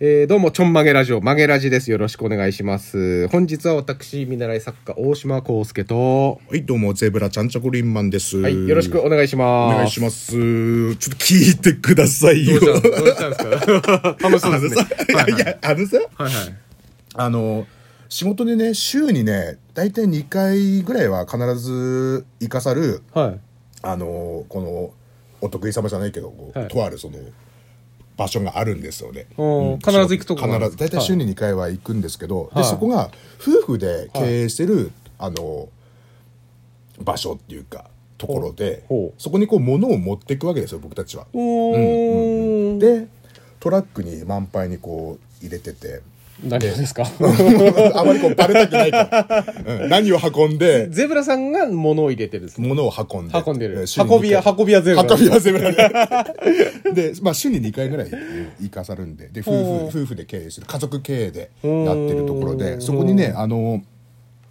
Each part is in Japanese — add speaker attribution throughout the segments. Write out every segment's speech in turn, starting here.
Speaker 1: えーどうも、ちょんまげラジオ、まげラジです。よろしくお願いします。本日は私、見習い作家、大島康介と、
Speaker 2: はい、どうも、ゼブラちゃんちゃこりんまんです。
Speaker 1: はい、よろしくお願いし
Speaker 2: お
Speaker 1: ます。
Speaker 2: 願いします。ちょっと聞いてください
Speaker 1: ど
Speaker 2: よ
Speaker 1: う。したどうしたんです か楽しそうですね。
Speaker 2: あの
Speaker 1: はい
Speaker 2: さいや、あのさ、
Speaker 1: はいはい。
Speaker 2: あの、仕事でね、週にね、大体2回ぐらいは必ず生かさる、
Speaker 1: はい。
Speaker 2: あの、この、お得意様じゃないけど、こう
Speaker 1: はい
Speaker 2: とあるその、場所があるんですよね。
Speaker 1: おー
Speaker 2: うん
Speaker 1: 必ず行くとこがある
Speaker 2: 必ず、大体週に2回は行くんですけど、
Speaker 1: はい
Speaker 2: で、そこが、夫婦で経営してる、あの、場所っていうか、ところで
Speaker 1: ほうほ、
Speaker 2: そこにこう、物を持っていくわけですよ、僕たちは。
Speaker 1: おー。
Speaker 2: で、トラックに満杯にこう、入れてて、
Speaker 1: 何がですか
Speaker 2: あまりこう、バレたくないから、うん何を運んで、
Speaker 1: ゼブラさんが物を入れてるんですね。
Speaker 2: 物を運んで。
Speaker 1: 運んでる
Speaker 2: え週に
Speaker 1: 運び屋
Speaker 2: 二回
Speaker 1: 運び屋ゼブラ
Speaker 2: 運び屋ゼブラ。 で、まあ、週に2回ぐらい行かさるんで、で、夫
Speaker 1: ほう
Speaker 2: 婦、夫婦で経営する、家族経営でやってるところで、そこにね、あの、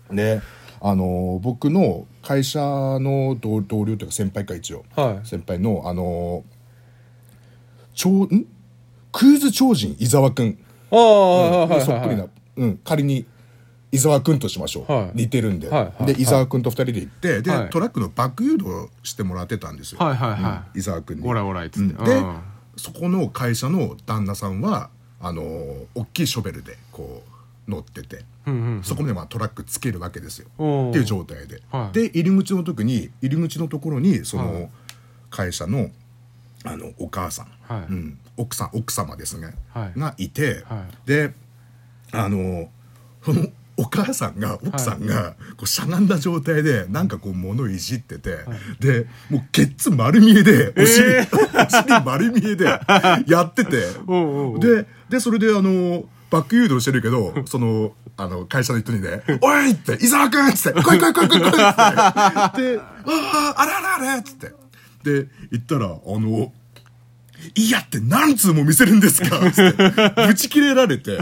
Speaker 2: ね、あの、僕の会社の同同僚というか先輩か一応、
Speaker 1: はい
Speaker 2: 先輩の、あの、超、んクイズ超人伊沢くん。
Speaker 1: ああ、はいはいはい。
Speaker 2: そっくりな、うん、仮に伊沢君としましょう、
Speaker 1: はい
Speaker 2: 似てるんで、
Speaker 1: はいはい
Speaker 2: で伊沢君と二人で行って、で
Speaker 1: はい
Speaker 2: トラックのバック誘導してもらってたんですよ、
Speaker 1: はいはいは
Speaker 2: うん伊沢君に
Speaker 1: オラオラいっつって
Speaker 2: うんで
Speaker 1: うん
Speaker 2: そこの会社の旦那さんはあのー大きいショベルでこう乗ってて、
Speaker 1: うんうん
Speaker 2: そこでまあトラックつけるわけですよ
Speaker 1: おー
Speaker 2: っていう状態で、
Speaker 1: はい
Speaker 2: で入り口の時に入り口のところにそ
Speaker 1: はい
Speaker 2: の会社のあのお母さん、
Speaker 1: はい
Speaker 2: うん、奥さん奥様ですね、
Speaker 1: はい
Speaker 2: がいて、
Speaker 1: は
Speaker 2: であのそのお母さんが奥さんがこうしゃがんだ状態でなんかこう物いじってて、でもうケッツ丸見えでお尻,、お尻丸 見えでやってて
Speaker 1: おうおうおう
Speaker 2: ででそれであのバック誘導してるけどそのあの会社の人にね「おい!」って「伊沢君!」っつって「来い来い来い来い来い!」っつってで「あああれあれあれ!」っつってで行ったらあの「いや」って何通も見せるんですか っつってぶち切れられて。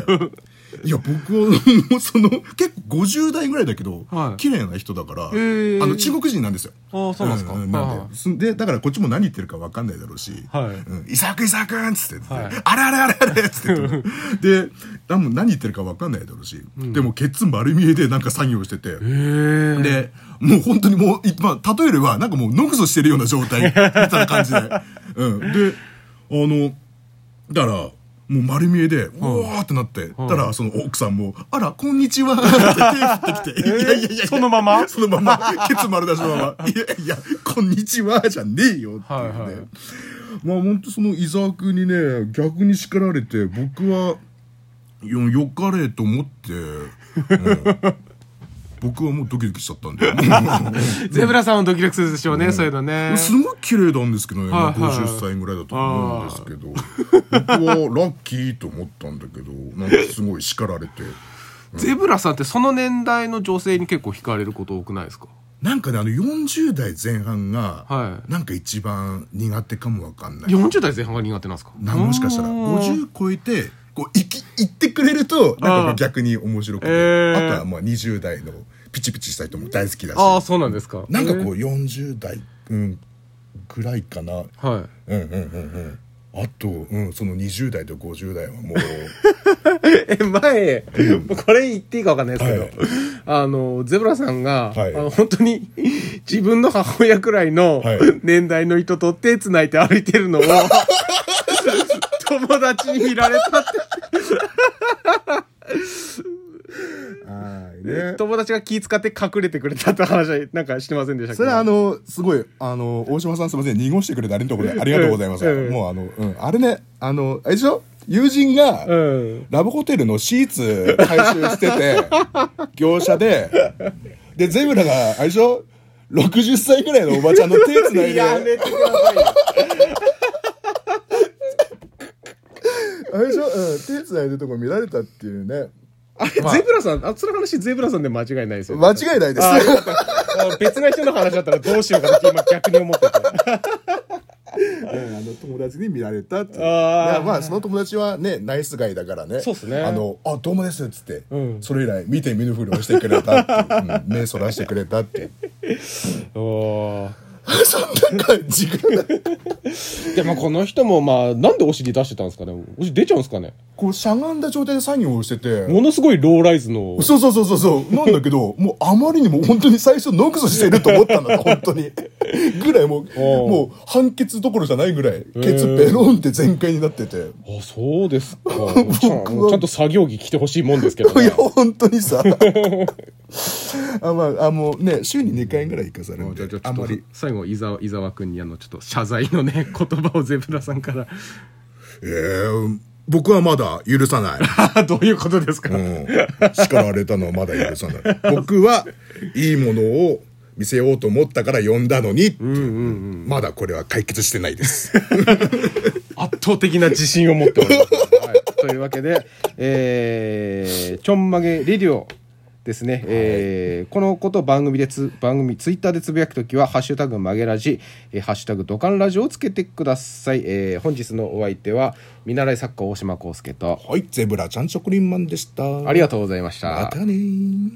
Speaker 2: いや僕は もうその結構50代ぐらいだけど、
Speaker 1: はい
Speaker 2: 綺麗な人だから、
Speaker 1: ー
Speaker 2: あの中国人なんですよ
Speaker 1: あーそうなんですか
Speaker 2: なん
Speaker 1: はい
Speaker 2: で、すでだからこっちも何言ってるか分かんないだろうし「
Speaker 1: はい
Speaker 2: うん、伊沢君伊沢君」っつって、
Speaker 1: はい
Speaker 2: あれあれあれあれ」っつって言って で多分何言ってるか分かんないだろうし、でもケツ丸見えでなんか作業してて、
Speaker 1: へえ。
Speaker 2: でもう本当にもう、いまあ、例えればなんかもうノクソしてるような 状態みたいな感じで、うん、であのだからもう丸見えで、うわーってなって、たら、その奥さんも、あら、こんにちはっ て手振ってきて、いやいやいや、
Speaker 1: そのまま
Speaker 2: そのまま、ケツ丸出しの まま、いやいや、こんにちはじゃねえよっていうね。
Speaker 1: はいはい
Speaker 2: まあ本当その伊沢君にね、逆に叱られて、僕は、よ、よかれと思って、うん僕はもうドキドキしちゃったんで。
Speaker 1: ゼブラさんはドキドキするでしょうね、そういうのね。
Speaker 2: すごい綺麗なんですけどね、
Speaker 1: はいはい
Speaker 2: 50歳ぐらいだと思うんですけど僕はラッキーと思ったんだけどなんかすごい叱られて
Speaker 1: ゼブラさんってその年代の女性に結構惹かれること多くないですか
Speaker 2: なんかねあの40代前半が、
Speaker 1: はい
Speaker 2: なんか一番苦手かもわかんない
Speaker 1: 40代前半が苦手なんですか
Speaker 2: なもしかしたら
Speaker 1: うん
Speaker 2: 50超えてこういき言ってくれるとなんか
Speaker 1: あ
Speaker 2: こ
Speaker 1: ー
Speaker 2: う逆に面白くて
Speaker 1: え
Speaker 2: あ,、
Speaker 1: ー
Speaker 2: とはまあ20代のピチピチした人も大好きだし
Speaker 1: ああそうなんですか
Speaker 2: なんかこう
Speaker 1: う、
Speaker 2: 40代、うん、ぐらいかな
Speaker 1: えーはい
Speaker 2: うんうんうんうんあと、うん、その20代と50代はもう
Speaker 1: え前、これ言っていいか分かんないですけど、
Speaker 2: はい
Speaker 1: あのゼブラさんが、
Speaker 2: はい
Speaker 1: あの本当に自分の母親くらいの
Speaker 2: はい
Speaker 1: 年代の人と手つないで歩いてるのを、 友達に見られたって、
Speaker 2: はいね
Speaker 1: 友達が気遣って隠れてくれたって話はなんかしてませんでしたっけ
Speaker 2: それはあのすごいあの大島さんすみません濁してくれてありがとうございますありがとうございます、
Speaker 1: うん
Speaker 2: もうあの、うん、あれねあのあれでしょ友人が、
Speaker 1: うん
Speaker 2: ラブホテルのシーツ回収して て業者ででゼブラがあれでしょ60歳ぐらいのおばちゃんの手つないで
Speaker 1: やめてくださいよ
Speaker 2: あれでしょ、うん、手つないでるとこ見られたっていうね
Speaker 1: あれ、ゼブラさん、あ、その話ゼブラさんで間違いないですよね。
Speaker 2: 間違いないです
Speaker 1: あよかったあ別な人の話だったらどうしようかって今逆に思ってた。
Speaker 2: うんあの友達に見られたってい
Speaker 1: あ
Speaker 2: う
Speaker 1: ー
Speaker 2: いやまあその友達はねナイスガイだからね
Speaker 1: そうっすね
Speaker 2: あの「あどうもです」っつって、
Speaker 1: うん
Speaker 2: それ以来 見て見ぬふりをしてくれたっていう、うん目そらしてくれたっていう
Speaker 1: おー
Speaker 2: そんな感じがない
Speaker 1: でもこの人もまあなんでお尻出してたんですかねお尻出ちゃうんですかね
Speaker 2: こうしゃがんだ状態で作業をしてて
Speaker 1: ものすごいローライズの
Speaker 2: そうそうそうそうそうなんだけどもうあまりにも本当に最初ノクソしてると思ったんだって本当にぐらいもう
Speaker 1: おう
Speaker 2: もう判決どころじゃないぐらいケツペロンって全開になってて。
Speaker 1: あそうですかちゃんちゃんと作業着着てほしいもんですけど
Speaker 2: い
Speaker 1: ね
Speaker 2: や本当にさあまああもうね週に2回ぐらい行かされるん
Speaker 1: じゃあちょっ
Speaker 2: で
Speaker 1: と
Speaker 2: あんまり
Speaker 1: 最後伊沢伊沢君にあのちょっと謝罪のね 言葉をゼブラさんから
Speaker 2: えー僕はまだ許さない
Speaker 1: どういうことですか、
Speaker 2: うん、叱られたのはまだ許さない 僕はいいものを見せようと思ったから呼んだのにっていうまだこれは解決してないです
Speaker 1: 圧倒的な自信を持っております、はい、というわけで、えー、ちょんまげレディオですね、えーこのことを番組でつ番組ツイッターでつぶやくときは「ハッシュタグ曲げラジ」えー「ハッシュタグドカンラジオ」をつけてください、えー本日のお相手は見習い作家大島康介と
Speaker 2: はいゼブラちゃん職人マンでした
Speaker 1: ありがとうございました
Speaker 2: またねー